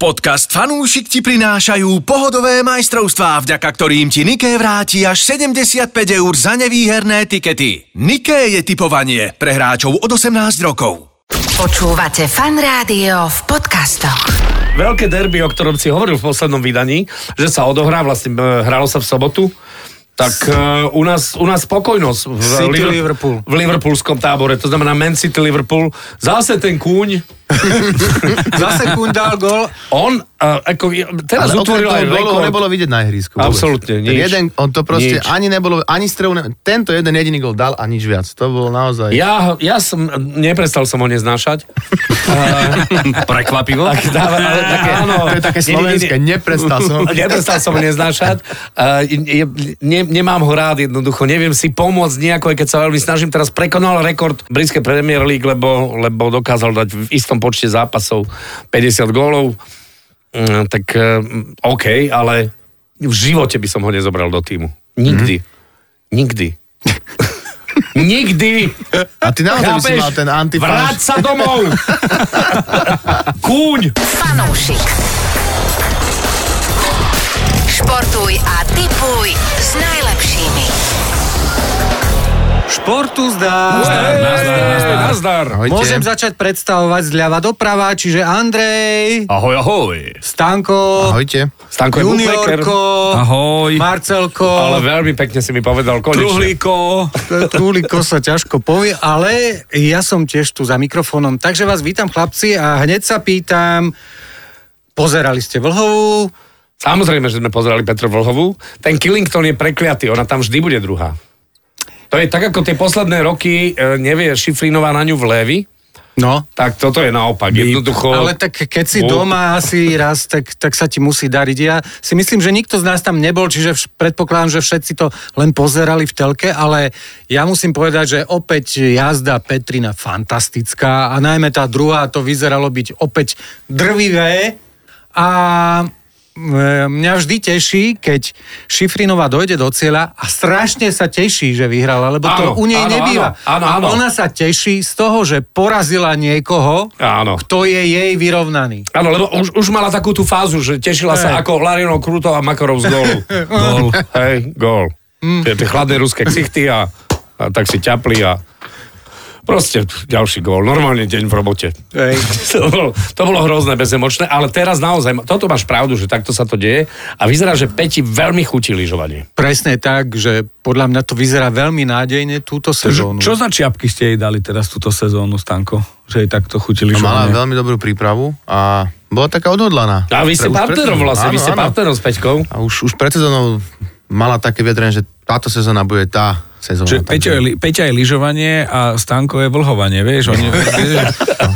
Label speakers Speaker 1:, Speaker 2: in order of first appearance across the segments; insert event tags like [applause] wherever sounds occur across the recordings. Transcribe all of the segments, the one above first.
Speaker 1: Podcast Fanúšik ti prinášajú pohodové majstrovstvá, vďaka ktorým ti Niké vráti až 75 eur za nevýherné tikety. Niké je typovanie pre hráčov od 18 rokov.
Speaker 2: Počúvate fan rádio v podcastoch.
Speaker 3: Veľké derby, o ktorom si hovoril v poslednom vydaní, že sa odohrá, vlastne e, hralo sa v sobotu, tak e, u nás, u nás spokojnosť v,
Speaker 4: City
Speaker 3: Liver-
Speaker 4: Liverpool.
Speaker 3: v Liverpoolskom tábore, to znamená Man City Liverpool, zase ten kúň,
Speaker 4: Zase Kun dal gol.
Speaker 3: on e, ako, je- teraz
Speaker 5: Ale okrem
Speaker 3: utvoril
Speaker 5: toho
Speaker 3: aj
Speaker 5: gólu ho
Speaker 3: rekord.
Speaker 5: nebolo vidieť na ihrisku. vôbec.
Speaker 3: Absolútne,
Speaker 5: Ten
Speaker 3: nič.
Speaker 5: jeden, on to proste
Speaker 3: Nič.
Speaker 5: ani nebolo, ani strelu, ne, tento jeden jediný gol dal a nič viac. To bol naozaj...
Speaker 3: Ja, ja som, neprestal som ho
Speaker 5: [laughs]
Speaker 3: neznášať. Prekvapivo. Tak, dáva, ale také, áno,
Speaker 5: To je
Speaker 3: Nie,
Speaker 5: také
Speaker 3: nie, nie,
Speaker 5: slovenské, neprestal som.
Speaker 3: [laughs] Neprestal som ho neznášať. Uh, je, ne, nemám ho rád jednoducho. Neviem si pomôcť nejako, aj keď sa veľmi snažím. Teraz prekonal rekord britskej Premier League, lebo, lebo dokázal dať v istom počte zápasov 50 gólov. Mm, tak uh, OK, ale v živote by som ho nezobral do týmu.
Speaker 5: Mhm.
Speaker 3: Nikdy. Nikdy. [laughs] Nikdy.
Speaker 5: A ty naozaj by si
Speaker 3: Chápeš?
Speaker 5: mal ten
Speaker 3: Vráť
Speaker 5: antifáš.
Speaker 3: sa
Speaker 5: [laughs]
Speaker 3: domov. Kúň.
Speaker 2: Fanúšik. Športuj a tipuj s najlepšími.
Speaker 4: Športu zdá.
Speaker 3: Nazdar, nazdar, nazdar.
Speaker 5: Ahojte.
Speaker 4: Môžem začať predstavovať zľava doprava, čiže Andrej. Ahoj, ahoj. Stanko.
Speaker 5: Ahojte.
Speaker 3: Stanko je bookmaker.
Speaker 4: Juniorko.
Speaker 6: Ahoj.
Speaker 4: Marcelko.
Speaker 3: Ale veľmi pekne si mi povedal konečne.
Speaker 6: Truhlíko.
Speaker 4: Kuliko sa ťažko povie, ale ja som tiež tu za mikrofónom. Takže vás vítam, chlapci, a hneď sa pýtam, pozerali ste Vlhovú?
Speaker 3: Samozrejme, že sme pozerali Petru Vlhovú. Ten Killington je prekliatý, ona tam vždy bude druhá. To je tak, ako tie posledné roky e, nevie Šifrinová na ňu v lévi,
Speaker 4: No.
Speaker 3: tak toto je naopak. Jednoducho...
Speaker 4: Ale tak keď si
Speaker 3: Bol-
Speaker 4: doma asi raz, tak, tak sa ti musí dariť. Ja si myslím, že nikto z nás tam nebol, čiže vš- predpokladám, že všetci to len pozerali v telke, ale ja musím povedať, že opäť jazda Petrina fantastická a najmä tá druhá, to vyzeralo byť opäť drvivé a e, mňa vždy teší, keď Šifrinová dojde do cieľa a strašne sa teší, že vyhrala, lebo
Speaker 3: Áno,
Speaker 4: to u nej
Speaker 3: áno,
Speaker 4: nebýva.
Speaker 3: áno, áno, áno.
Speaker 4: Ona sa teší z toho, že porazila niekoho,
Speaker 3: Áno.
Speaker 4: kto je jej vyrovnaný.
Speaker 3: Áno, lebo už, už mala takú tú fázu, že tešila sa ako Larino Kruto a Makarov z gólu.
Speaker 6: [laughs]
Speaker 3: Gól. Hej, gól.
Speaker 6: Mm.
Speaker 3: Tie, tie chladné ruské ksichty a, a tak si ťapli a proste ďalší gól. Normálne deň v robote. [laughs]
Speaker 4: Hej.
Speaker 3: To bolo, to bolo hrozné, bezemočné, ale teraz naozaj, toto máš pravdu, že takto sa to deje a vyzerá, že Peti veľmi chutí lyžovanie.
Speaker 4: Presne tak, že podľa mňa to vyzerá veľmi nádejne túto sezónu.
Speaker 6: Čo za čiapky ste jej dali teraz túto sezónu, Stanko? Že jej takto chutili
Speaker 5: A mala
Speaker 6: žovne?
Speaker 5: veľmi dobrú prípravu a bola taká odhodlaná.
Speaker 3: A vy ste
Speaker 5: Pre- už pred
Speaker 3: partnerom
Speaker 5: sezónou.
Speaker 3: vlastne, vy
Speaker 5: Áno,
Speaker 3: ste
Speaker 5: áno.
Speaker 3: partnerom s Peťkou.
Speaker 5: A už, už pred sezónou mala také vyjadrenie, že táto sezóna bude tá sezóna.
Speaker 6: Že
Speaker 5: Takže-
Speaker 6: Peťo je, li- Peťa je lyžovanie a Stanko je vlhovanie, vieš? Oni,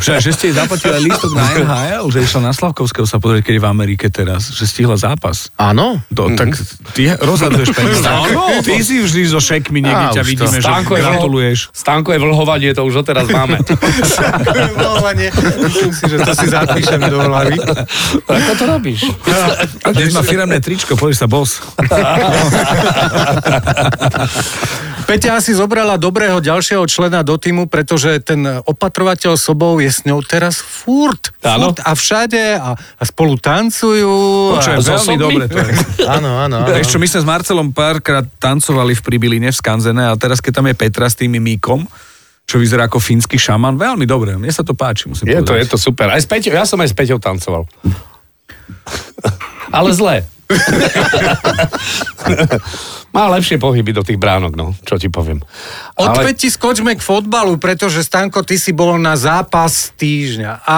Speaker 6: že, že ste jej zaplatili aj lístok na NHL, že išla na Slavkovského sa pozrieť, keď je v Amerike teraz, že stihla zápas.
Speaker 5: Áno.
Speaker 6: To,
Speaker 3: Mhm.
Speaker 6: tak ty rozhaduješ peniaze.
Speaker 3: No,
Speaker 6: Ty si vždy so
Speaker 5: Á,
Speaker 6: šekmi niekde ťa
Speaker 5: už to.
Speaker 6: vidíme, že
Speaker 3: Stanko je, vlho-
Speaker 6: gratuluješ.
Speaker 3: Stanko je vlhovanie, to už doteraz máme.
Speaker 4: Volovanie. Myslím si, že to si zapíšem do hlavy.
Speaker 3: Ako to robíš?
Speaker 6: Dnes má firemné tričko, pozri sa, boss.
Speaker 4: Peťa asi zobrala dobrého ďalšieho člena do týmu, pretože ten opatrovateľ sobou je s ňou teraz furt.
Speaker 3: Áno.
Speaker 4: furt a všade a, a spolu tancujú.
Speaker 6: Čo je
Speaker 4: a...
Speaker 3: s
Speaker 6: veľmi
Speaker 3: osobným?
Speaker 6: dobre to je.
Speaker 5: Áno, áno, áno.
Speaker 6: Vieš čo, my sme s Marcelom párkrát tancovali v Pribiline v Skanzene a teraz keď tam je Petra s tým Míkom, čo vyzerá ako fínsky šaman, veľmi dobre, mne sa to páči,
Speaker 3: [laughs]
Speaker 6: musím
Speaker 3: Je to, je
Speaker 6: povedať.
Speaker 3: to super. Aj s Peťou, ja som aj s Peťou tancoval. Ale zle. [laughs] Má lepšie pohyby do tých bránok, no, čo ti poviem. Ale-
Speaker 4: Opäť ti skočme k fotbalu, pretože Stanko, ty si bol na zápas týždňa a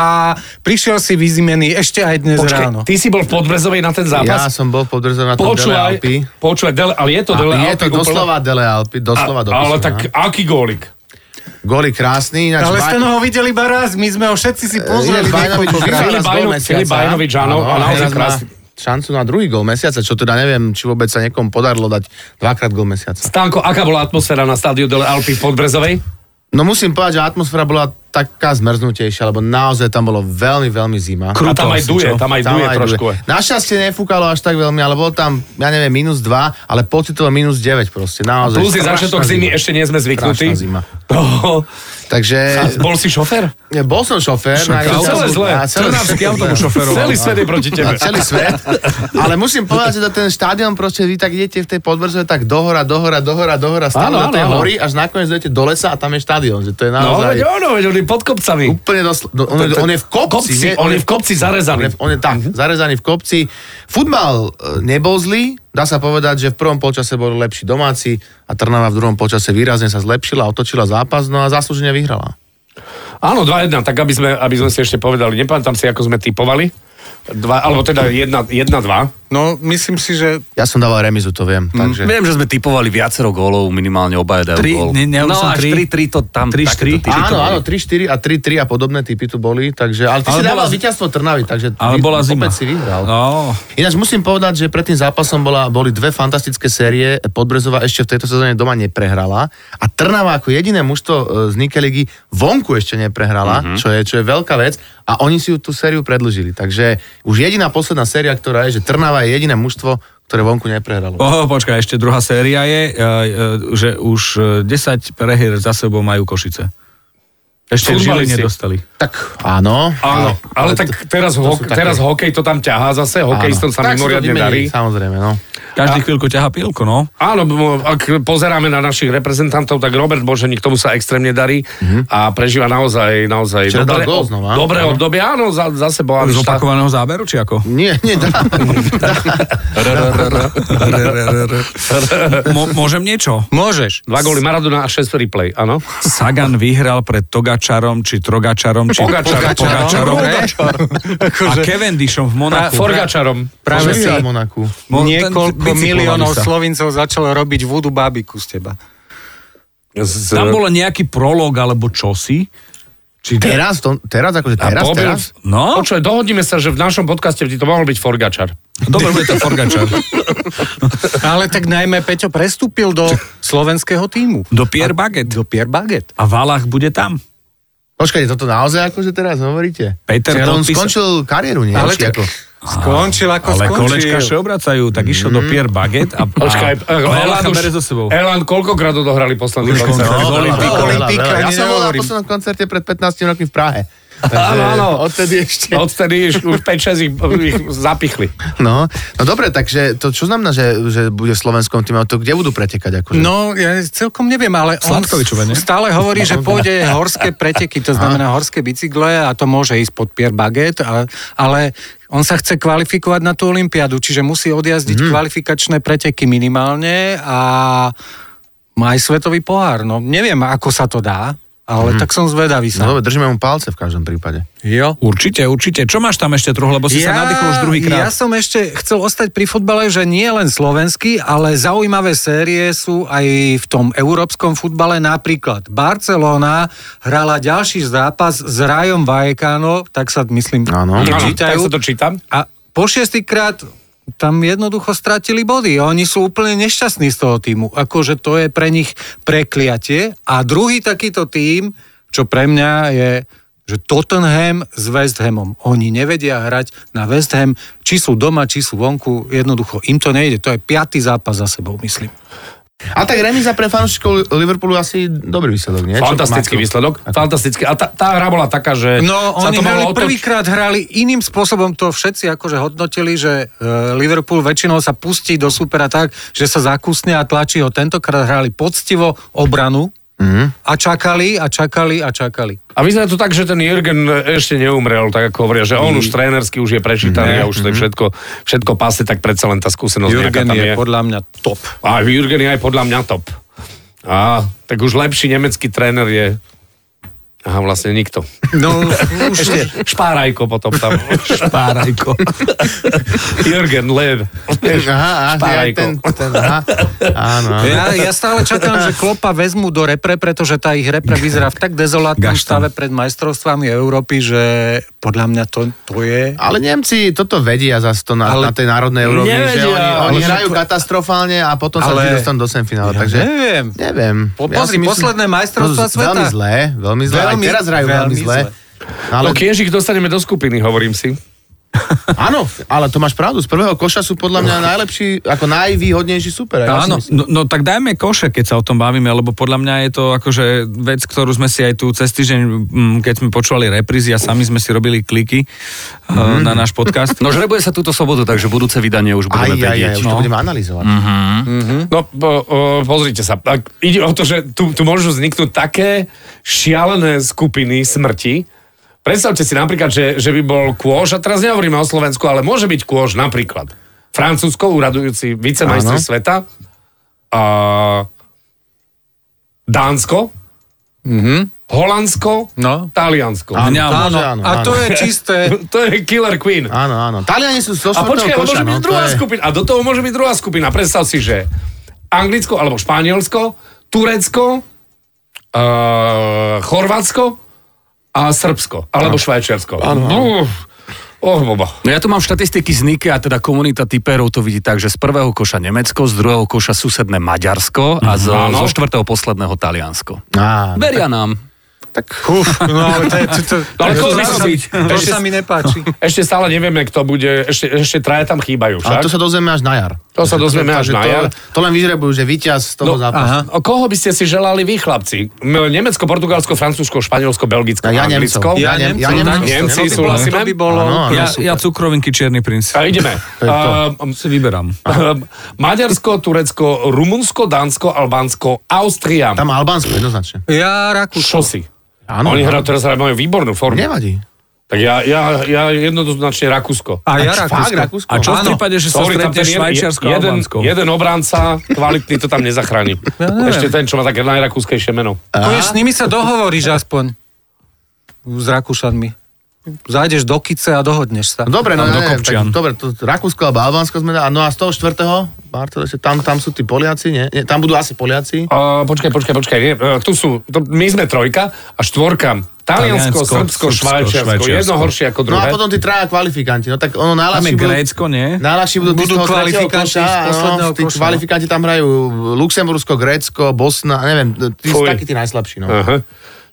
Speaker 4: prišiel si vyzimený ešte aj dnes
Speaker 3: Počkaj,
Speaker 4: ráno.
Speaker 3: ty si bol v Podbrezovej na ten
Speaker 5: Ja
Speaker 3: zápas?
Speaker 5: som bol podrzený na tom Dele
Speaker 3: počúvaj,
Speaker 5: Alpi.
Speaker 3: počúvaj, Dele, ale je to Dele
Speaker 5: je
Speaker 3: Alpi
Speaker 5: to
Speaker 3: úplne-
Speaker 5: doslova Dele Alpi, doslova do no.
Speaker 3: Ale tak aký gólik?
Speaker 5: Goli krásny, ináč
Speaker 4: Ale
Speaker 5: Ba-
Speaker 4: ste ho videli iba raz, my sme ho všetci si pozreli.
Speaker 5: ináč Bajnovič
Speaker 4: niekoľko
Speaker 5: už
Speaker 4: krát.
Speaker 5: hrá
Speaker 3: Filip
Speaker 5: raz
Speaker 3: Bajno-
Speaker 5: gól mesiaca.
Speaker 3: Filip Bajnovič, áno, a
Speaker 5: Áno,
Speaker 3: naozaj
Speaker 5: teraz má
Speaker 3: krásny.
Speaker 5: šancu na druhý gol mesiaca, čo teda neviem, či vôbec sa niekomu podarilo dať dvakrát gol mesiaca.
Speaker 3: Stanko, aká bola atmosféra na stádiu Dele Alpi v Podbrezovej?
Speaker 5: No musím povedať, že atmosféra bola taká zmrznutejšia, lebo naozaj tam bolo veľmi, veľmi
Speaker 3: A
Speaker 5: zima.
Speaker 3: tam aj duje, tam aj duje trošku. eh.
Speaker 5: Našťastie nefúkalo až tak veľmi, ale bolo tam, ja neviem, minus 2, ale pocitovo minus 9 proste, naozaj.
Speaker 3: Plus je
Speaker 5: Strašná
Speaker 3: začiatok zimy, ešte nie sme zvyknutí.
Speaker 5: Strašná zima.
Speaker 3: To,
Speaker 5: Takže
Speaker 3: bol si šofer?
Speaker 5: ja, bol som šofér. na
Speaker 3: to E, celé
Speaker 5: Jablonku-
Speaker 3: zlé.
Speaker 5: na celé-
Speaker 6: Trnavský autobus šoferoval.
Speaker 3: Celý svet je proti tebe.
Speaker 5: na celý svet. Ale musím povedať, že na ten štádion proste vy tak idete v tej podbrze tak dohora, dohora, dohora, dohora, stále
Speaker 3: Áno,
Speaker 5: na tej
Speaker 3: áno, áno.
Speaker 5: hory, až nakoniec idete do lesa a tam je štádion. Že to je
Speaker 3: No,
Speaker 5: naozaj...
Speaker 3: veď ono, veď on je pod kopcami.
Speaker 5: Úplne dosl- do, on, on, je v kopci.
Speaker 3: Kopci,
Speaker 5: nie?
Speaker 3: on je v kopci Mhm. zarezaný.
Speaker 5: On je, on je tak, zarezaný v kopci. Futbal e, nebol zlý, dá sa povedať, že v prvom polčase boli lepší domáci a Trnava v druhom polčase výrazne sa zlepšila, otočila zápas, no a zaslúžene vyhrala.
Speaker 3: Áno, 2-1, tak aby sme, aby sme si ešte povedali, nepamätám si, ako sme typovali. Dva, alebo teda 1-2.
Speaker 4: No, myslím si, že
Speaker 5: Ja som dával remizu, to viem.
Speaker 3: Mhm.
Speaker 5: Takže...
Speaker 7: Viem, že sme typovali viacero gólov, minimálne obaja dajú
Speaker 6: Tri,
Speaker 7: gól.
Speaker 6: ne, ne, ja
Speaker 7: no
Speaker 6: už som
Speaker 7: až
Speaker 6: tri.
Speaker 7: 3-3 to tam...
Speaker 6: Tri, štyri?
Speaker 7: takéto typy to
Speaker 5: Áno,
Speaker 7: boli.
Speaker 5: áno, 3-4 a 3-3 a podobné typy tu boli, takže, ale ty ale
Speaker 6: Ale
Speaker 5: si dával
Speaker 6: bola-
Speaker 5: víťazstvo Trnavy, takže
Speaker 6: Ale
Speaker 5: vy-
Speaker 6: bola zima.
Speaker 5: opäť si vyhral.
Speaker 6: No,
Speaker 5: Ináč musím povedať, že pred tým zápasom bola, boli dve fantastické série. Podbrezová ešte v tejto sezóne doma neprehrala a Trnava ako jediné mužstvo e, z Nike ligy vonku ešte neprehrala, mm-hmm. čo, je, čo je veľká vec a oni si ju tú sériu predlžili. Takže už jediná posledná séria, ktorá je, že Trnava je jediné mužstvo, ktoré vonku neprehralo.
Speaker 6: oh, počkaj, ešte druhá séria je, e, e, že už e, 10 prehier za sebou majú Košice. Ešte v Žiline
Speaker 3: Futbalisti.
Speaker 6: nedostali.
Speaker 5: Tak áno.
Speaker 3: Áno, ale tak teraz, ho,
Speaker 5: sú také-
Speaker 3: teraz hokej to tam ťahá zase, hokejistom sa
Speaker 5: Tak si to
Speaker 3: mimoriadne darí.
Speaker 5: vymenili, Samozrejme, no.
Speaker 6: Každý chvíľku ťahá pilko, no.
Speaker 3: Áno, bo- ak pozeráme na našich reprezentantov, tak Robert Boženík tomu sa extrémne darí a prežíva naozaj, naozaj
Speaker 5: Včera dal
Speaker 3: dobré,
Speaker 5: gól znova.
Speaker 3: dobré
Speaker 5: Áno.
Speaker 3: obdobie. Áno, za, za sebou. áno,
Speaker 6: Z
Speaker 3: štá-
Speaker 6: opakovaného záberu, či ako?
Speaker 5: [laughs] Nie, nie, dá.
Speaker 6: Mo- môžem niečo?
Speaker 4: môžeš.
Speaker 3: Dva góly Maradona a 6 replay, áno.
Speaker 6: Sagan vyhral pred Togačarom, či Trogačarom, či
Speaker 3: Pogačarom.
Speaker 4: No,
Speaker 6: Pogačarom.
Speaker 4: Pogačarom.
Speaker 6: a Cavendishom v
Speaker 3: A
Speaker 6: Monaku.
Speaker 3: Forgačarom.
Speaker 4: [laughs] Akože Práve si
Speaker 5: Vyhrali Monaku.
Speaker 6: Mo- ten
Speaker 4: niekoľko
Speaker 6: bicyklovali
Speaker 4: miliónov
Speaker 6: sa.
Speaker 4: Slovincov začalo robiť vúdu bábiku z teba.
Speaker 3: Z-
Speaker 6: Tam bolo nejaký prolog alebo čosi. Či
Speaker 5: Teraz, to, teraz akože
Speaker 3: A
Speaker 5: teraz,
Speaker 3: pobil-
Speaker 5: teraz?
Speaker 6: No,
Speaker 3: Počuj, dohodnime sa, že v našom podcaste by to mohol byť Forgačar.
Speaker 6: dobre, bude to Forgačar.
Speaker 5: [laughs]
Speaker 4: Ale tak najmä Peťo prestúpil do slovenského týmu.
Speaker 6: Do Pierre Baget.
Speaker 4: Do Pierre Baget.
Speaker 6: A Valach bude tam.
Speaker 5: Počkajte, toto naozaj akože teraz hovoríte?
Speaker 6: Peter
Speaker 5: Čiže on
Speaker 6: podpísal-
Speaker 5: skončil kariéru, nie?
Speaker 4: Ale
Speaker 5: Či
Speaker 4: tak-
Speaker 5: ako?
Speaker 4: Skončil ako
Speaker 6: Ale
Speaker 4: skončil.
Speaker 6: kolečka še obracajú, tak išiel do Pierre Baget a,
Speaker 3: Počkaj, eh,
Speaker 6: a Valacha bere so sebou.
Speaker 3: Elan koľkokrát odohrali posledný
Speaker 6: Už
Speaker 3: koncert?
Speaker 6: koncert.
Speaker 5: No, veľa,
Speaker 4: Olympika,
Speaker 5: veľa,
Speaker 4: Olympika,
Speaker 5: veľa. Ja
Speaker 4: ani
Speaker 5: som bol na
Speaker 4: nehovorím.
Speaker 5: poslednom koncerte pred 15 rokmi v Prahe. Takže
Speaker 3: Áno, áno.
Speaker 5: Odtedy ešte.
Speaker 3: Odtedy iš- už 5-6 ich, ich zapichli.
Speaker 5: No, no dobre, takže to čo znamená, že, že bude v slovenskom týme, to kde budú pretekať? Akože?
Speaker 4: No, ja celkom neviem, ale on
Speaker 6: Sladkovičové, nie?
Speaker 4: stále hovorí, že pôjde horské preteky, to znamená horské bicykle a to môže ísť pod Pierre Baguette, a, ale on sa chce kvalifikovať na tú olympiádu, čiže musí odjazdiť mm. kvalifikačné preteky minimálne a má aj svetový pohár. No, neviem, ako sa to dá, ale mm. tak som zvedavý
Speaker 5: no
Speaker 4: sa.
Speaker 5: dobre, držíme mu palce v každom prípade.
Speaker 4: Jo.
Speaker 6: Určite, určite. Čo máš tam ešte truh, lebo si sa nadýchol už
Speaker 4: Ja
Speaker 6: druhýkrát.
Speaker 4: som ešte chcel ostať pri futbale, že nie len slovenský, ale zaujímavé série sú aj v tom európskom futbale. Napríklad Barcelona hrala ďalší zápas s Rajom Vallecano, tak sa myslím
Speaker 5: Áno.
Speaker 3: Áno, tak
Speaker 4: čítajú.
Speaker 3: sa to čítam.
Speaker 4: A po šiestýkrát tam jednoducho stratili body. Oni sú úplne nešťastní z toho týmu. Akože to je pre nich prekliatie. A druhý takýto tým, čo pre mňa je že Tottenham s West Hamom. Oni nevedia hrať na West Ham, či sú doma, či sú vonku, jednoducho im to nejde. To je piatý zápas za sebou, myslím.
Speaker 5: A tak remiza pre fanúšikov Liverpoolu asi dobrý výsledok, nie? Čo-
Speaker 3: Fantastický
Speaker 5: Marko?
Speaker 3: výsledok. Fantastický. A tá, tá hra bola taká, že
Speaker 4: No,
Speaker 3: sa
Speaker 4: oni
Speaker 3: to
Speaker 4: hrali
Speaker 3: mohlo otočiť.
Speaker 4: prvýkrát hrali iným spôsobom, to všetci akože hodnotili, že e, Liverpool väčšinou sa pustí do supera tak, že sa zakusne a tlačí ho. Tentokrát hrali poctivo obranu a čakali a čakali a čakali.
Speaker 3: A vyzerá to tak, že ten Jürgen ešte neumrel, tak ako hovoria, že on už trénersky už je prečítaný a už to je všetko, všetko pase, tak predsa len tá skúsenosť nejaká
Speaker 4: Jurgen
Speaker 3: tam
Speaker 4: je podľa mňa top.
Speaker 3: A Jürgen je aj podľa mňa top. A tak už lepší nemecký tréner je... Aha, vlastne nikto.
Speaker 4: [laughs] No, už,
Speaker 3: Ešte Špárajko potom tam.
Speaker 6: Párajko.
Speaker 3: [laughs] Jürgen Lev.
Speaker 5: Aha, aha, aj
Speaker 3: Špárajko.
Speaker 5: ten, ten, aha. Áno, áno.
Speaker 4: ja, ja stále čakám, že Klopa vezmu do repre, pretože tá ich repre vyzerá v tak dezolátnom
Speaker 6: Gaštan.
Speaker 4: stave pred majstrovstvami Európy, že podľa mňa to, to je...
Speaker 5: Ale Nemci toto vedia zase to na,
Speaker 4: Ale
Speaker 5: na tej národnej úrovni, že
Speaker 3: nevedia.
Speaker 5: oni, oni
Speaker 3: Ale-
Speaker 5: hrajú katastrofálne a potom sa
Speaker 4: Ale-
Speaker 5: vždy dostanú do semifinála.
Speaker 4: Ja
Speaker 5: takže
Speaker 4: neviem.
Speaker 5: Neviem.
Speaker 4: Po-
Speaker 5: Ja si
Speaker 4: pozri,
Speaker 5: myslím-
Speaker 4: posledné majstrovstvá
Speaker 5: z- Veľmi
Speaker 4: sveta.
Speaker 5: zlé, veľmi zlé.
Speaker 4: Veľmi
Speaker 5: Veľmi,
Speaker 4: Veľmi-
Speaker 5: teraz hrajú veľmi,
Speaker 4: veľmi
Speaker 5: zle.
Speaker 4: zle.
Speaker 5: Ale,
Speaker 3: No kiežik dostaneme do skupiny, hovorím si.
Speaker 5: Áno, ale to máš pravdu. Z prvého koša sú podľa mňa najlepší, ako najvýhodnejší super. Ja si
Speaker 6: Áno,
Speaker 5: myslím.
Speaker 6: no, no tak dajme koše, keď sa o tom bavíme, lebo podľa mňa je to akože vec, ktorú sme si aj tu cez týždeň, mm, keď sme počúvali reprízy a sami sme si robili kliky
Speaker 5: Mhm.
Speaker 6: mm. na náš podcast.
Speaker 7: No žrebuje sa túto sobotu, takže budúce vydanie už
Speaker 5: Aj,
Speaker 7: budeme
Speaker 5: aj, aj,
Speaker 7: vedieť.
Speaker 5: už to
Speaker 4: no.
Speaker 5: budeme analyzovať. Mm-hmm.
Speaker 3: No po, o, pozrite sa, Ak- ide o to, že tu, tu môžu vzniknúť také šialené skupiny smrti. Predstavte si napríklad, že, že by bol kôž, a teraz nehovoríme o Slovensku, ale môže byť kôž napríklad. Francúzsko, uradujúci vicemajster
Speaker 5: Áno.
Speaker 3: sveta. A Dánsko. Mm-hmm. Holandsko.
Speaker 4: No.
Speaker 3: Taliansko.
Speaker 5: Mhm. Áno.
Speaker 6: Mňam.
Speaker 5: Áno,
Speaker 4: Áno, a to je [laughs] čisté.
Speaker 3: [laughs] To je killer queen.
Speaker 5: Áno, áno. Taliani sú zo
Speaker 3: A počkaj,
Speaker 5: štvrtého koša,
Speaker 3: môže byť
Speaker 5: no, to
Speaker 3: druhá
Speaker 5: je-
Speaker 3: skupina. A do toho môže byť druhá skupina. Predstav si, že Anglicko alebo Španielsko, Turecko, uh, Chorvátsko a Srbsko. Alebo Švajčiarsko. Uf, Oh, boba.
Speaker 7: No ja tu mám štatistiky z Nike a teda komunita typerov to vidí tak, že z prvého koša Nemecko, z druhého koša susedné Maďarsko a zo,
Speaker 3: Mhm. Áno.
Speaker 7: zo štvrtého posledného Taliansko.
Speaker 5: Á,
Speaker 7: Veria nám.
Speaker 5: tak uf,
Speaker 4: No, ale to, je- to, to,
Speaker 3: Ale
Speaker 4: to,
Speaker 3: to
Speaker 4: to, sa,
Speaker 3: myslíš?
Speaker 4: to sa mi nepáči.
Speaker 3: Ešte stále nevieme, kto bude. Ešte, ešte traja tam chýbajú však.
Speaker 5: ale to sa dozvieme až na jar.
Speaker 3: To sa dozvieme až
Speaker 5: Takže
Speaker 3: na
Speaker 5: to-
Speaker 3: jar.
Speaker 5: To len vyžrebujú, že víťaz z
Speaker 3: No,
Speaker 5: toho zápasu.
Speaker 3: O koho by ste si želali vy, chlapci? M- Nemecko, Portugalsko, Francúzsko, Španielsko, Belgicko,
Speaker 5: Ja Nemcov.
Speaker 3: Anglicko.
Speaker 5: Ja, Nem- ja Nemcov.
Speaker 3: Nemci
Speaker 5: Nemcov.
Speaker 3: sú-
Speaker 4: No, To by bolo...
Speaker 5: Áno, áno.
Speaker 6: Ja, ja cukrovinky Čierny princ.
Speaker 3: A ideme.
Speaker 5: To je to.
Speaker 3: Ehm,
Speaker 6: Si vyberám.
Speaker 3: Ehm, [laughs] Maďarsko, Turecko, Rumunsko, Dánsko, Albánsko, Austria.
Speaker 5: Tam Albánsko jednoznačne.
Speaker 4: Ja Rakúsko.
Speaker 3: Čo si?
Speaker 5: Áno.
Speaker 3: Oni
Speaker 5: áno.
Speaker 3: hrajú teraz hrajú, majú výbornú formu.
Speaker 5: Nevadí.
Speaker 3: Tak ja, ja, ja jednoznačne Rakúsko.
Speaker 4: A ja
Speaker 5: Fakt,
Speaker 4: Rakúsko.
Speaker 5: Rakúsko.
Speaker 6: A čo v
Speaker 4: Áno.
Speaker 6: prípade, že sa
Speaker 3: Sorry, tam
Speaker 6: stretne
Speaker 3: ten jeden-
Speaker 6: Švajčiarsko a
Speaker 3: jeden,
Speaker 6: Albánsko?
Speaker 3: jeden obranca kvalitný to tam
Speaker 5: [laughs]
Speaker 3: nezachráni.
Speaker 4: neviem.
Speaker 3: Ešte ten, čo má také najrakúskejšie meno.
Speaker 4: Povieš, s nimi sa dohovoríš aspoň. S Rakúšanmi. Zájdeš do kice a dohodneš sa.
Speaker 5: Dobre, no,
Speaker 6: Tam
Speaker 5: ja
Speaker 6: do
Speaker 5: neviem,
Speaker 6: Kopčian.
Speaker 5: tak, dobre, to, Rakúsko alebo Albánsko sme, dali. no a z toho štvrtého, Bartol, ešte tam, tam sú tí Poliaci, nie? nie tam budú asi Poliaci.
Speaker 3: Uh, počkaj, počkaj, počkaj. Nie, uh, tu sú, to, my sme trojka a štvorka. Taliansko,
Speaker 6: Taliansko,
Speaker 3: Srbsko,
Speaker 6: Srbsko,
Speaker 3: Švajčiarsko.
Speaker 6: Švajčiarsko.
Speaker 3: Jedno horšie ako
Speaker 5: No a
Speaker 3: druhé.
Speaker 5: potom tí traja kvalifikanti, no tak ono
Speaker 6: Tam je
Speaker 5: najľahšie budú,
Speaker 6: Grécko, nie?
Speaker 5: najľahšie budú, tí z
Speaker 4: Budú
Speaker 5: toho tretieho
Speaker 4: kvalifikanti
Speaker 5: koša,
Speaker 4: z
Speaker 5: áno,
Speaker 4: posledného
Speaker 5: tí
Speaker 4: koša, no.
Speaker 5: kvalifikanti tam hrajú Luxembursko, Grécko, Bosna, neviem, tí sú
Speaker 3: Fuj.
Speaker 5: takí tí najslabší, no.
Speaker 3: Aha.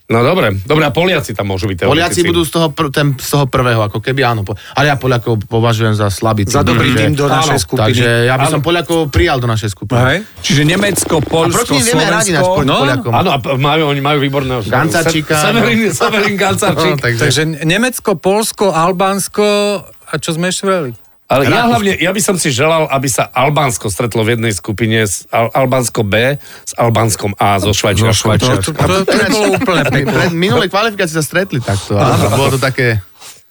Speaker 3: No dobre, dobre, a Poliaci tam môžu byť
Speaker 5: Poliaci
Speaker 3: teoretici.
Speaker 5: budú z toho, pr- ten, z toho prvého, ako keby áno. Po- Ale ja Poliakov považujem za slabý
Speaker 4: Za dobrý
Speaker 5: takže-
Speaker 4: tým do našej
Speaker 5: áno,
Speaker 4: skupiny.
Speaker 5: Takže ja by som Poliakov prijal do našej skupiny.
Speaker 4: Hej?
Speaker 6: Čiže Nemecko,
Speaker 5: A proti
Speaker 6: Polsko,
Speaker 5: nim vieme radi náš
Speaker 6: Slovensko.
Speaker 5: po-
Speaker 4: no,
Speaker 5: Poliakom.
Speaker 3: Áno, a p- majú, oni majú výborného...
Speaker 5: Gancarčíka,
Speaker 3: Se- Severin, Severin Gancarčík.
Speaker 5: No, takže,
Speaker 4: Takže Nemecko, Polsko, Albánsko a čo sme ešte vreli?
Speaker 3: Ale ja hlavne, ja by som si želal, aby sa Albánsko stretlo v jednej skupine s Al- Albánsko B s Albánskom A zo
Speaker 5: no,
Speaker 3: Švajčiarskom.
Speaker 4: To, to, to, to by bolo úplne peklo.
Speaker 5: pred minulé kvalifikácie sa stretli takto. Ale bolo to také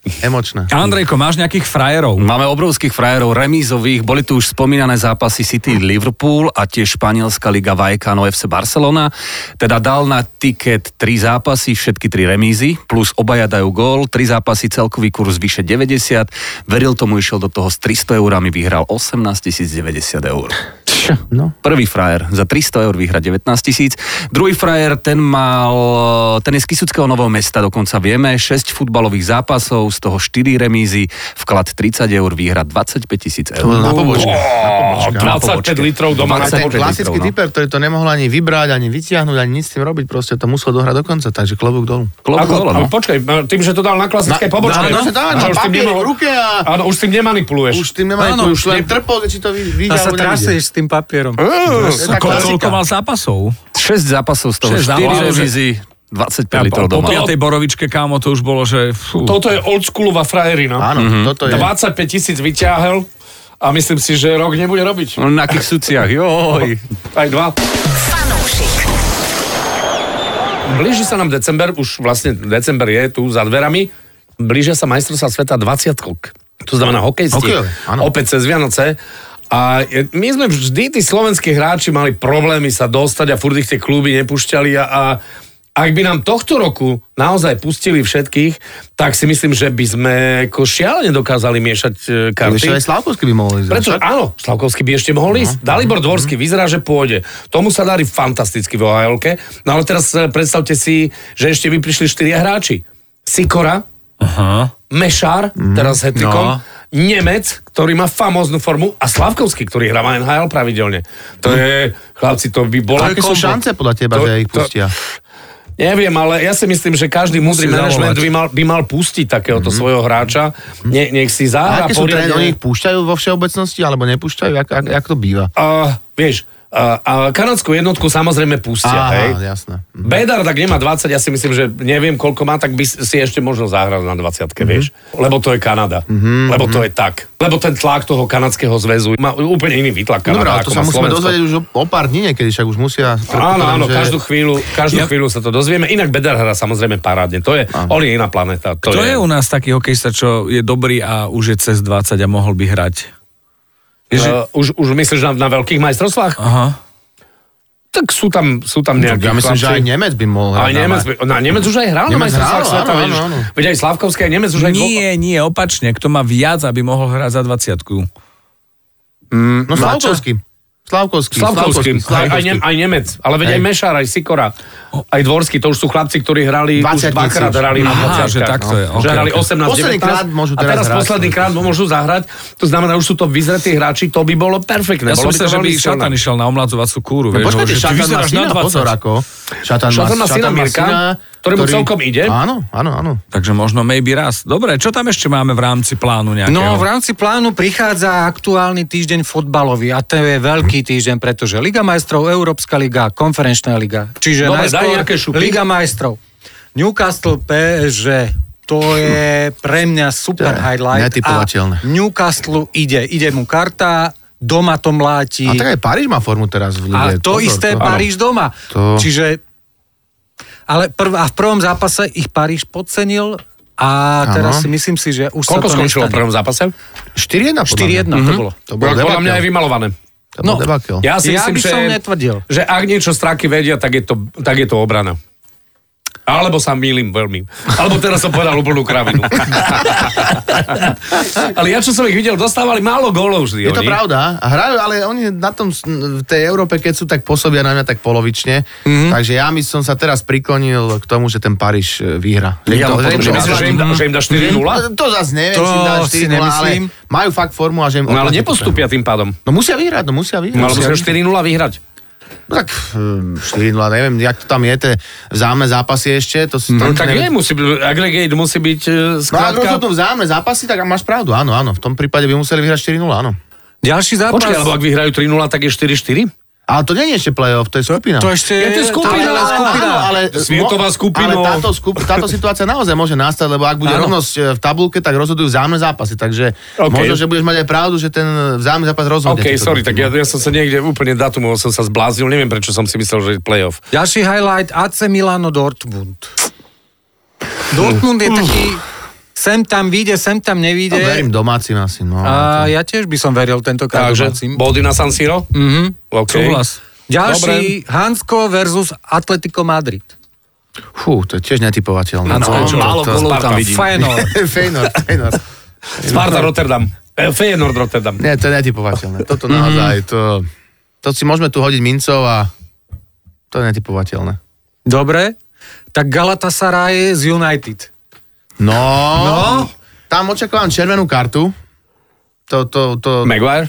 Speaker 5: emočné.
Speaker 6: Andrejko, máš nejakých frajerov?
Speaker 7: Hm. Máme obrovských frajerov remízových, boli tu už spomínané zápasy City Liverpool a tiež španielská liga Vallecano FC Barcelona. Teda dal na tiket tri zápasy, všetky tri remízy, plus obaja dajú gól, tri zápasy, celkový kurz vyše 90. Veril tomu išiel do toho s 300 eurami, vyhral 18 090 eur.
Speaker 5: No.
Speaker 7: Prvý frajer za 300 eur vyhra 19 tisíc. Druhý frajer, ten mal, ten je z Kisuckého nového mesta, dokonca vieme, 6 futbalových zápasov, z toho 4 remízy, vklad 30 eur, výhra 25 tisíc
Speaker 5: To bolo
Speaker 7: eur.
Speaker 5: na pobočke.
Speaker 3: Ó, 25
Speaker 7: pobočke.
Speaker 3: litrov doma.
Speaker 5: A
Speaker 7: Dvadsať-
Speaker 5: ten
Speaker 7: Samozrejme,
Speaker 5: klasický
Speaker 7: no.
Speaker 5: typer, ktorý to nemohol ani vybrať, ani vytiahnuť, ani nič s tým robiť, proste to musel dohrať do konca, takže klobúk dolu.
Speaker 7: Klobúk
Speaker 3: Ako,
Speaker 7: dole, no.
Speaker 3: ale počkaj, tým, že to dal na klasické
Speaker 5: Na-
Speaker 3: pobočke. no.
Speaker 5: na- na- na-
Speaker 3: Áno, už tým
Speaker 5: papier
Speaker 3: nemohol-
Speaker 5: v ruke a-
Speaker 3: Áno, už tým nemanipuluješ.
Speaker 5: Už tým nemajú,
Speaker 4: Áno,
Speaker 5: už
Speaker 4: už
Speaker 5: len trpol, že či to vy- vyjde.
Speaker 4: A sa
Speaker 5: alebo nevyjde.
Speaker 4: traseš s tým papierom.
Speaker 5: To je tá
Speaker 6: Ko- Koľko
Speaker 5: klasika.
Speaker 6: mal zápasov?
Speaker 7: 6 zápasov, z toho
Speaker 6: Šesť
Speaker 7: 4
Speaker 6: zápasov, že-
Speaker 7: remízy, 25 litrov
Speaker 6: po
Speaker 7: doma.
Speaker 6: piatej borovičke, kámo, to už bolo, že...
Speaker 3: No
Speaker 6: Fú.
Speaker 3: Toto je oldschoolová frajerina.
Speaker 5: Áno, toto je.
Speaker 3: 25 tisíc vyťahel a myslím si, že rok nebude robiť.
Speaker 7: No, Na Kisuciach, joj.
Speaker 3: Aj dva.
Speaker 2: Fanúšik.
Speaker 3: Blíži sa nám december, už vlastne december je tu za dverami. Blížia sa majstrovstvá sveta 20 To znamená hokejsti.
Speaker 5: Hokejové, áno.
Speaker 3: Opäť cez Vianoce. A je- my sme vždy, tí slovenskí hráči, mali problémy sa dostať a furt ich tie kluby nepúšťali a, a ak by nám tohto roku naozaj pustili všetkých, tak si myslím, že by sme ako šialene dokázali miešať e, karty.
Speaker 5: Ešte aj Slavkovský by mohol ísť.
Speaker 3: Preto, áno, Slavkovský by ešte mohol ísť. Dalibor Dvorský vyzerá, že pôjde. Tomu sa darí fantasticky vo ahl No ale teraz e, predstavte si, že ešte by prišli štyria hráči. Sikora,
Speaker 6: Aha.
Speaker 3: Mešár,
Speaker 5: Mhm.
Speaker 3: teraz s hetrikom,
Speaker 4: No.
Speaker 3: Nemec, ktorý má famóznu formu a Slavkovský, ktorý hrá v NHL
Speaker 5: Mhm.
Speaker 3: pravidelne. To je, chlapci, to by bolo...
Speaker 5: Aké sú šance podľa
Speaker 3: To-
Speaker 5: teba, že ich
Speaker 3: to-
Speaker 5: pustia?
Speaker 3: Neviem, ale ja si myslím, že každý múdry manažment by mal, by mal pustiť takéhoto mm-hmm. svojho hráča. Ne, nech si
Speaker 5: Mhm. A
Speaker 3: zahra
Speaker 5: aké sú trény, oni
Speaker 3: poriadne.
Speaker 5: ich púšťajú vo všeobecnosti, alebo nepúšťajú? Jak, jak, jak to býva?
Speaker 3: Uh, vieš, uh, a kanadskú jednotku samozrejme pustia, Aha, hej?
Speaker 5: Aha, jasné. Mhm.
Speaker 3: Bedard, ak nemá 20, ja si myslím, že neviem, koľko má, tak by si ešte možno zahrať na 20
Speaker 5: Mhm.
Speaker 3: mm-hmm. vieš. Lebo to je Kanada. Mm-hmm. Lebo to je tak. Lebo ten tlak toho kanadského zväzu má úplne iný výtlak
Speaker 5: Dobre,
Speaker 3: Kanada,
Speaker 5: ale
Speaker 3: ako
Speaker 5: to sa
Speaker 3: má
Speaker 5: musíme
Speaker 3: Slovensko.
Speaker 5: dozvedieť už o, o pár dní niekedy, však už musia...
Speaker 3: Áno, áno,
Speaker 5: že-
Speaker 3: každú chvíľu, každú ja. chvíľu sa to dozvieme. Inak Bedar hrá samozrejme parádne. To je, on je iná planéta. To,
Speaker 6: To je u nás taký hokejista, čo je dobrý a už je cez 20 a mohol by hrať. Je, že...
Speaker 3: Uh, už, už myslíš na, na veľkých majstrovstvách?
Speaker 6: Aha.
Speaker 3: Tak sú tam, sú tam nejaké
Speaker 5: Ja myslím, že aj Nemec by mohol
Speaker 3: Ale
Speaker 5: hrať na
Speaker 3: Nemec,
Speaker 5: mar-
Speaker 3: na Nemec už aj hral na
Speaker 5: Nemec
Speaker 3: majstrovstvách
Speaker 5: hral,
Speaker 3: sveta,
Speaker 5: áno,
Speaker 3: vieš.
Speaker 5: áno, áno.
Speaker 3: Veď aj Slavkovský a Nemec už aj... dvo-
Speaker 6: Nie, nie, opačne. Kto má viac, aby mohol hrať za 20
Speaker 5: No Slavkovský. Slavkovský.
Speaker 3: Slavkovským. Aj, aj, Ne-
Speaker 5: Slavkovský.
Speaker 3: aj Nemec, ale veď
Speaker 5: Hej.
Speaker 3: aj Mešár, aj Sikora, aj Dvorský, to už sú chlapci, ktorí hrali už
Speaker 5: 20-tnici
Speaker 3: dvakrát
Speaker 5: už.
Speaker 3: hrali na
Speaker 6: Aha,
Speaker 3: 20
Speaker 6: že takto je,
Speaker 3: Že
Speaker 6: okej,
Speaker 3: hrali
Speaker 6: okej.
Speaker 3: 18,
Speaker 5: Posledný
Speaker 3: 19
Speaker 5: krát môžu
Speaker 3: a teraz
Speaker 5: teraz hrať.
Speaker 3: posledný krát môžu zahrať, to znamená, už sú to vyzretí hráči, to by bolo perfektné.
Speaker 6: Ja
Speaker 3: bolo
Speaker 6: som myslel,
Speaker 3: to
Speaker 6: že by
Speaker 3: veľmi silné.
Speaker 6: Šatan išiel na omladzovacú kúru.
Speaker 5: No
Speaker 6: vieš,
Speaker 5: Počkajte,
Speaker 6: že ty
Speaker 5: Šatan má
Speaker 6: vyzeráš
Speaker 5: syna, pozor ako. Šatan,
Speaker 3: Šatan má syna Mirka, ktorému celkom ide.
Speaker 5: Áno, áno, áno.
Speaker 6: Takže možno maybe raz. Dobre, čo tam ešte máme v rámci plánu nejakého?
Speaker 4: No, v rámci plánu prichádza aktuálny týždeň fotbalový a to je veľký týždeň, pretože Liga majstrov, Európska liga, konferenčná liga. Čiže
Speaker 3: Dobre, daj
Speaker 4: najskôr
Speaker 3: nejaké šupy.
Speaker 4: Liga majstrov. Newcastle PSG, to je pre mňa super
Speaker 5: To je
Speaker 4: highlight.
Speaker 5: netypovateľné.
Speaker 4: A Newcastle ide, ide mu karta, doma to mláti.
Speaker 5: A tak aj Paríž má formu teraz v
Speaker 4: A
Speaker 5: lige.
Speaker 4: to isté
Speaker 5: áno.
Speaker 4: Paríž doma.
Speaker 5: To-
Speaker 4: Čiže... Ale prv, a v prvom zápase ich Paríž podcenil a teraz
Speaker 5: Áno.
Speaker 4: si myslím si, že už
Speaker 3: Koľko
Speaker 4: sa to
Speaker 3: skončilo v
Speaker 4: nestane.
Speaker 3: prvom zápase?
Speaker 5: 4-1 podľa mňa.
Speaker 4: 4-1 to bolo.
Speaker 5: Mhm. To bol
Speaker 3: Mhm. podľa mňa je
Speaker 5: debakel.
Speaker 3: vymalované.
Speaker 5: To bol debakel.
Speaker 3: Ja si
Speaker 4: Ja
Speaker 3: myslím,
Speaker 4: by
Speaker 3: že,
Speaker 4: som netvrdil.
Speaker 3: že ak niečo straky vedia, tak je to, tak je to obrana. Alebo sa mýlim veľmi. Alebo teraz som povedal úplnú
Speaker 5: [laughs]
Speaker 3: kravinu. Ale ja, čo som ich videl, dostávali málo gólov vždy.
Speaker 5: Je to
Speaker 3: oni.
Speaker 5: pravda. A hrajú, ale oni na tom, s- v tej Európe, keď sú, tak pôsobia na mňa tak polovične.
Speaker 3: Mhm.
Speaker 5: Takže ja by som sa teraz priklonil k tomu, že ten Paríž e, vyhra. Že
Speaker 7: Ja
Speaker 5: to-
Speaker 7: mám
Speaker 5: že
Speaker 7: podobne.
Speaker 5: im to
Speaker 3: Myslíš, že
Speaker 5: zvládnu.
Speaker 3: im, dá- že im dá 4-0?
Speaker 5: To zase neviem,
Speaker 4: To
Speaker 5: či dá
Speaker 4: si
Speaker 5: 4 ale
Speaker 4: nemyslím.
Speaker 5: majú fakt formu a že im
Speaker 3: No ale
Speaker 5: odpadne
Speaker 3: nepostupia tým pádom.
Speaker 5: to. No musia vyhrať, no musia vyhrať.
Speaker 3: No, alebo
Speaker 5: musia
Speaker 3: sa 4-0 vyhrať.
Speaker 5: No tak hm, 4-0, neviem, jak to tam je, tie vzájomné zápasy ešte, to si...
Speaker 3: No,
Speaker 5: to
Speaker 3: tak je,
Speaker 5: neviem.
Speaker 3: musí, byť- agregate musí byť e,
Speaker 5: No ak
Speaker 3: skrátka...
Speaker 5: rozhodnú vzájomné zápasy, tak máš pravdu, áno, áno. V tom prípade by museli vyhrať 4-0, áno.
Speaker 4: Ďalší zápas.
Speaker 3: Počkaj, alebo ak vyhrajú 3-0, tak je 4-4?
Speaker 5: Ale to nie je ešte play-off, to je skupina.
Speaker 4: To ešte
Speaker 3: Je to skupina,
Speaker 4: ale-
Speaker 5: ale,
Speaker 4: skupina.
Speaker 5: áno, ale,
Speaker 3: Svietová skupina.
Speaker 5: Ale táto, skup, táto situácia naozaj môže nastať, lebo ak bude
Speaker 3: Áno.
Speaker 5: rovnosť e, v tabulke, tak rozhodujú vzájomné zápasy. Takže
Speaker 3: OK.
Speaker 5: možno, že budeš mať aj pravdu, že ten vzájomný zápas
Speaker 3: OK,
Speaker 5: rozhodne. tieto
Speaker 3: sorry,
Speaker 5: dva
Speaker 3: tak ja,
Speaker 5: týmy.
Speaker 3: ja som sa niekde úplne datumovo som sa zbláznil, neviem prečo som si myslel, že je playoff.
Speaker 4: Ďalší highlight AC Milano Dortmund. Dortmund je taký sem tam vyjde, sem tam
Speaker 5: No, verím
Speaker 4: nevyjde.
Speaker 5: domácim asi, no.
Speaker 4: A ja tiež by som veril tentokrát
Speaker 3: Takže
Speaker 4: domácim.
Speaker 3: body na San Siro? Mm-hmm. Okay.
Speaker 6: Mhm. Súhlas.
Speaker 4: Ďalší Hansko versus Atletico Madrid.
Speaker 5: Fú, to je tiež netypovateľné.
Speaker 7: No,
Speaker 5: to-
Speaker 7: málo
Speaker 5: to-
Speaker 7: golov tam vidím.
Speaker 4: Feyenoord.
Speaker 5: [laughs] Feyenoord, Feyenoord.
Speaker 3: Sparta Rotterdam. E, Feyenoord Rotterdam.
Speaker 5: Nie, to je netypovateľné. Toto
Speaker 4: Mhm.
Speaker 5: naozaj, to, to si môžeme tu hodiť mincov a to je netypovateľné.
Speaker 4: Dobre. Tak Galatasaray z United.
Speaker 5: No, tam očakávam červenú kartu. To, to, to,
Speaker 3: Maguire?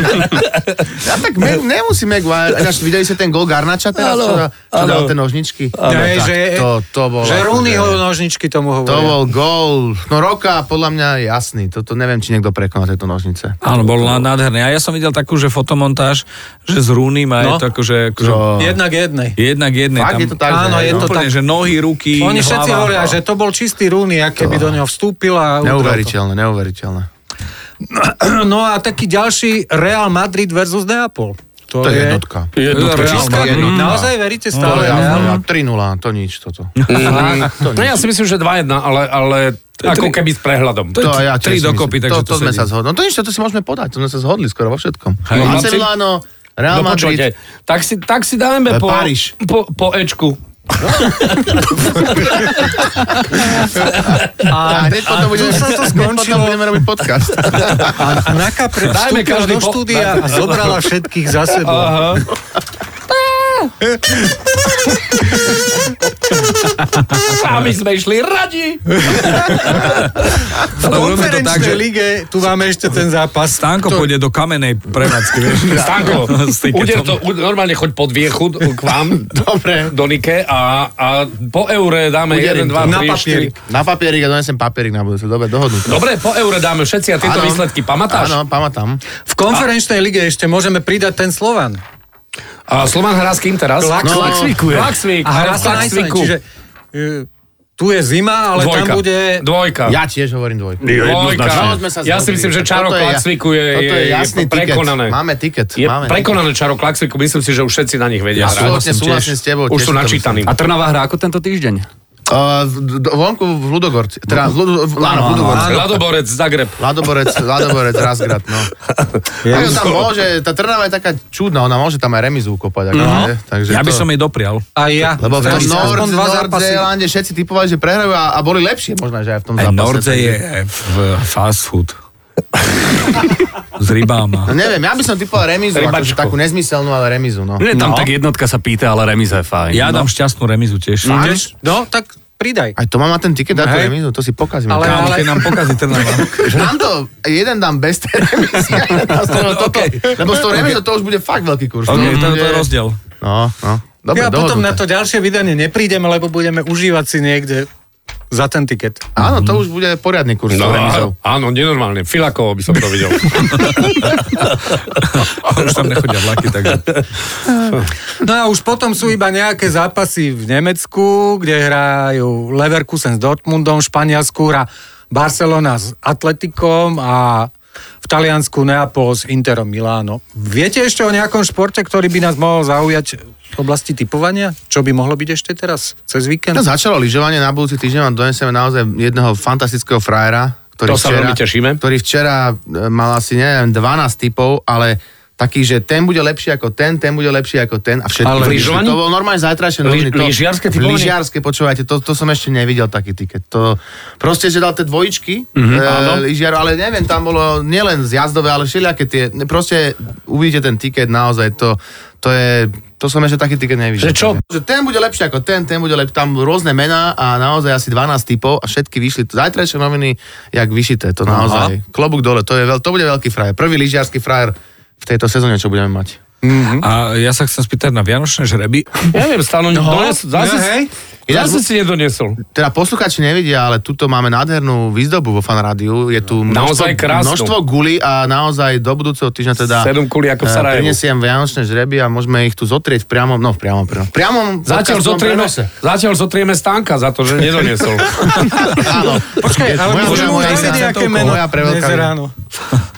Speaker 5: a tak me, nemusí Maguire. Ináč, videli ste ten gol Garnača teraz, čo, dá- čo dal ten nožničky?
Speaker 4: Áno,
Speaker 5: Tak,
Speaker 4: že,
Speaker 5: to, to bol...
Speaker 4: že
Speaker 5: akože-
Speaker 4: Rooneyho nožničky tomu hovoria.
Speaker 5: To bol gól. No roka, podľa mňa je jasný. Toto neviem, či niekto prekonal tieto nožnice.
Speaker 6: Áno, bol na- nádherný. A ja som videl takú, že fotomontáž, že z Rúny má no. je to akože, akože
Speaker 5: To,
Speaker 4: Jednak jednej.
Speaker 6: jednak jednej.
Speaker 5: fakt je to tak,
Speaker 4: Áno,
Speaker 5: že,
Speaker 4: je
Speaker 5: no?
Speaker 4: to
Speaker 6: úplne,
Speaker 4: tak.
Speaker 6: že nohy, ruky,
Speaker 4: Oni všetci
Speaker 6: hlava.
Speaker 4: hovoria, že to bol čistý Rooney, ak keby do neho vstúpil a udrel to.
Speaker 5: Neuveriteľné, neuveriteľné.
Speaker 4: [clears throat] No a taký ďalší Real Madrid versus Neapol. To,
Speaker 5: To je jednotka.
Speaker 6: Jednotka,
Speaker 4: Real
Speaker 6: čistá
Speaker 4: Madrid. Mm.
Speaker 5: jednotka.
Speaker 4: Naozaj veríte
Speaker 5: To
Speaker 4: stále?
Speaker 5: je
Speaker 4: Realu?
Speaker 5: jasné, 3-0, to nič toto.
Speaker 3: No ja si myslím, že 2-1, ale, ale ako keby s prehľadom.
Speaker 5: To aj ja
Speaker 6: tri
Speaker 5: tiež si myslím.
Speaker 6: dokopy, takže
Speaker 5: to, to,
Speaker 6: to
Speaker 5: sme
Speaker 6: sedí.
Speaker 5: sa zhodli. No to nič, to si môžeme podať, to sme sa zhodli skoro vo všetkom.
Speaker 3: Hej.
Speaker 5: No, AC
Speaker 3: Marcel?
Speaker 5: Milano, Real
Speaker 3: No
Speaker 5: Madrid.
Speaker 3: počujte, tak si, tak si dáme
Speaker 5: Ale
Speaker 3: po,
Speaker 5: Paríž.
Speaker 3: po, po Ečku.
Speaker 5: A hneď potom
Speaker 4: tu
Speaker 5: budeme, [laughs]
Speaker 4: sa to
Speaker 5: hneď potom
Speaker 4: skončilo.
Speaker 5: budeme robiť podcast.
Speaker 4: A, a Naka pre-
Speaker 3: Dajme
Speaker 4: vstúpila
Speaker 3: každý
Speaker 4: do
Speaker 3: po-
Speaker 4: štúdia a zobrala všetkých za sebou.
Speaker 3: Aha. A my sme išli radi.
Speaker 4: V konferenčnej lige tu máme ešte ten zápas.
Speaker 6: Stanko
Speaker 4: To-
Speaker 6: pôjde do kamenej prevádzky. vieš.
Speaker 3: [laughs] Stanko,
Speaker 6: [laughs] S tiketom.
Speaker 3: uder to, u- normálne choď pod viechu k vám,
Speaker 5: Dobre.
Speaker 3: do Nike a, a po eure dáme 1, 2,
Speaker 5: na
Speaker 3: 3, 4.
Speaker 5: papierik. Na papierik, ja donesem papierik na budúce. Dobre, dohodnuté.
Speaker 3: Dobre, po eure dáme všetci a tieto
Speaker 5: Áno.
Speaker 3: výsledky pamätáš?
Speaker 5: Áno, pamätám.
Speaker 4: V konferenčnej lige ešte môžeme pridať ten Slovan.
Speaker 3: A Slovan hrá s kým teraz?
Speaker 4: Lax- No,
Speaker 5: Laxvíkuje.
Speaker 3: Laxvík.
Speaker 4: A hrá sa na Islande, Čiže e, tu je zima, ale
Speaker 3: Dvojka.
Speaker 4: tam bude...
Speaker 3: Dvojka.
Speaker 5: Ja tiež hovorím dvojku.
Speaker 3: Dvojka.
Speaker 5: No, sme sa
Speaker 3: Ja si
Speaker 5: zhodli.
Speaker 3: myslím, že
Speaker 5: Toto
Speaker 3: Čaro
Speaker 5: je ja-
Speaker 3: Klaxviku je,
Speaker 5: toto je
Speaker 3: je,
Speaker 5: jasný
Speaker 3: je prekonané.
Speaker 5: tiket. Máme tiket,
Speaker 3: Je
Speaker 5: máme.
Speaker 3: prekonané Čaro Klaxviku, myslím si, že už všetci na nich vedia
Speaker 5: Ja
Speaker 3: hrať.
Speaker 5: absolútne súhlasím s tebou.
Speaker 3: Už sú
Speaker 5: tiež si to
Speaker 3: načítaní.
Speaker 7: A Trnava hrá ako tento týždeň?
Speaker 5: myslím. Uh, v- do- vonku v Ludogorci. Teda v Ludo- v- áno, v Ludogorci.
Speaker 3: Ladoborec, Zagreb.
Speaker 5: Ladoborec, Ladoborec, Razgrad, no. Takže tam môže, tá Trnava je taká čudná, ona môže tam aj remizu ukopať. akože, Takže
Speaker 6: No. Ja by
Speaker 5: to-
Speaker 6: som jej doprial.
Speaker 4: A ja.
Speaker 5: Lebo v tom
Speaker 4: Chcem si aspoň
Speaker 5: Nord-
Speaker 4: dva zápasy.
Speaker 5: Nordzélande všetci typovali, že prehrajú a, a boli lepšie možno, že aj v tom
Speaker 6: Aj
Speaker 5: zápase.
Speaker 6: Nordze
Speaker 5: takže-
Speaker 6: je v fast food. S rybáma.
Speaker 5: No neviem, ja by som typoval remizu, akože takú nezmyselnú, ale remizu, no.
Speaker 7: Nie, tam no. tak jednotka sa pýta, ale remiza je fajn.
Speaker 6: Ja dám šťastnú remizu tiež.
Speaker 5: Ideš?
Speaker 4: No, tak pridaj.
Speaker 5: Aj to mám na ten tiket, dá tú remizu, to si pokazím.
Speaker 4: Ale- [laughs]
Speaker 6: Kámo, keď nám pokazí Trnava.
Speaker 5: Dám to, jeden dám bez tej remizy, [laughs] a jeden dám s
Speaker 6: [laughs]
Speaker 5: tou- toto. Lebo s tou remizou to už bude fakt veľký kurz.
Speaker 6: OK, to, to
Speaker 5: bude-
Speaker 6: je rozdiel.
Speaker 5: No, no. Dobre,
Speaker 4: Ja potom
Speaker 5: dohodnuté.
Speaker 4: na to ďalšie vydanie neprídem, lebo budeme užívať si niekde za ten tiket.
Speaker 5: Áno, to už bude poriadny kurz
Speaker 4: No.
Speaker 5: s tou remizou.
Speaker 3: No, áno, nenormálne. Filakovo by som to videl.
Speaker 6: [laughs] Už tam nechodia vlaky, takže...
Speaker 4: No a už potom sú iba nejaké zápasy v Nemecku, kde hrajú Leverkusen s Dortmundom, v Španielsku hra Barcelona s Atletikom a v Taliansku Neapol s Interom Miláno. Viete ešte o nejakom športe, ktorý by nás mohol zaujať v oblasti typovania? Čo by mohlo byť ešte teraz, cez víkend?
Speaker 5: No, začalo lyžovanie, na budúci týždeň vám donesieme naozaj jedného fantastického frajera, ktorý
Speaker 3: To sa
Speaker 5: včera,
Speaker 3: veľmi tešíme.
Speaker 5: Ktorý včera e, mal asi, neviem, 12 typov, ale taký, že ten bude lepší ako ten, ten bude lepší ako ten a všetky.
Speaker 3: Ale v
Speaker 5: vyšli.
Speaker 3: lyžovaní?
Speaker 5: To bolo normálne zajtrajšie noviny.
Speaker 3: Lí-
Speaker 5: to-
Speaker 3: lyžiarske typovanie?
Speaker 5: Lyžiarske, počúvajte, to, to som ešte nevidel taký tiket. To, proste, že dal tie dvojičky,
Speaker 3: Mhm,
Speaker 5: mm-hmm, e, lyžiar, ale neviem, tam bolo nielen zjazdové, ale všelijaké tie, proste uvidíte ten tiket naozaj, to, to je, to som ešte taký tiket
Speaker 3: Že
Speaker 5: nevidel.
Speaker 3: čo?
Speaker 5: Že ten bude lepší ako ten, ten bude lepší. Tam rôzne mená a naozaj asi 12 typov a všetky vyšli. Zajtrajšie noviny, jak vyšité, to naozaj. Aha. Klobúk dole, to, je veľ, to bude veľký frajer. Prvý lyžiarsky frajer v tejto sezóne, čo budeme mať.
Speaker 6: A ja sa chcem spýtať na vianočné žreby.
Speaker 3: Mhm. Ja neviem, stano, no, dones, zase,
Speaker 4: no, hej.
Speaker 3: zase si nedoniesol.
Speaker 5: Teda poslucháči nevidia, ale tuto máme nádhernú výzdobu vo fan rádiu. Je tu
Speaker 3: No. Naozaj krásnu.
Speaker 5: množstvo guli a naozaj do budúceho týždňa teda...
Speaker 3: Sedem guli ako v
Speaker 5: eh,
Speaker 3: Sarajevu.
Speaker 5: Prinesiem vianočné žreby a môžeme ich tu zotrieť v priamom, no v priamom, priamom. priamom
Speaker 3: Zatiaľ
Speaker 5: podcastom
Speaker 3: zotrieme,
Speaker 5: prenose.
Speaker 3: zatiaľ zotrieme stánka za to, že nedoniesol.
Speaker 5: [laughs] Áno.
Speaker 4: Počkaj, ale
Speaker 5: Moja-
Speaker 4: my sme
Speaker 5: moja-
Speaker 4: mu
Speaker 5: moja-
Speaker 4: dali
Speaker 5: moja-
Speaker 4: nejaké
Speaker 5: moja-
Speaker 4: meno
Speaker 5: moja prevelka-
Speaker 4: dnes ráno.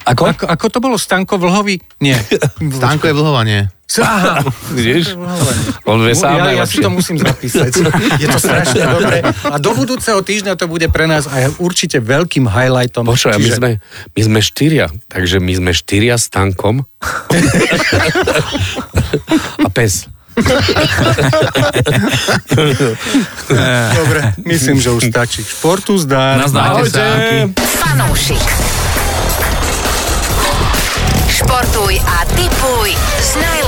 Speaker 4: Ako? ako? Ako to bolo? Stanko Vlhový? Nie.
Speaker 5: Stanko je vlhovanie.
Speaker 4: Aha,
Speaker 3: Vidíš? On vie sám
Speaker 4: No, ja, ja si
Speaker 3: najlepšie.
Speaker 4: to musím zapísať. Je to strašne dobré. A do budúceho týždňa to bude pre nás aj určite veľkým highlightom.
Speaker 3: Počúvaj, my sme, my sme štyria, takže my sme štyria s tankom a pes.
Speaker 4: Dobre, myslím, že už stačí. Športu zdar.
Speaker 6: Nazdar.
Speaker 2: Fanúšik. Športuj a tipuj s najlepším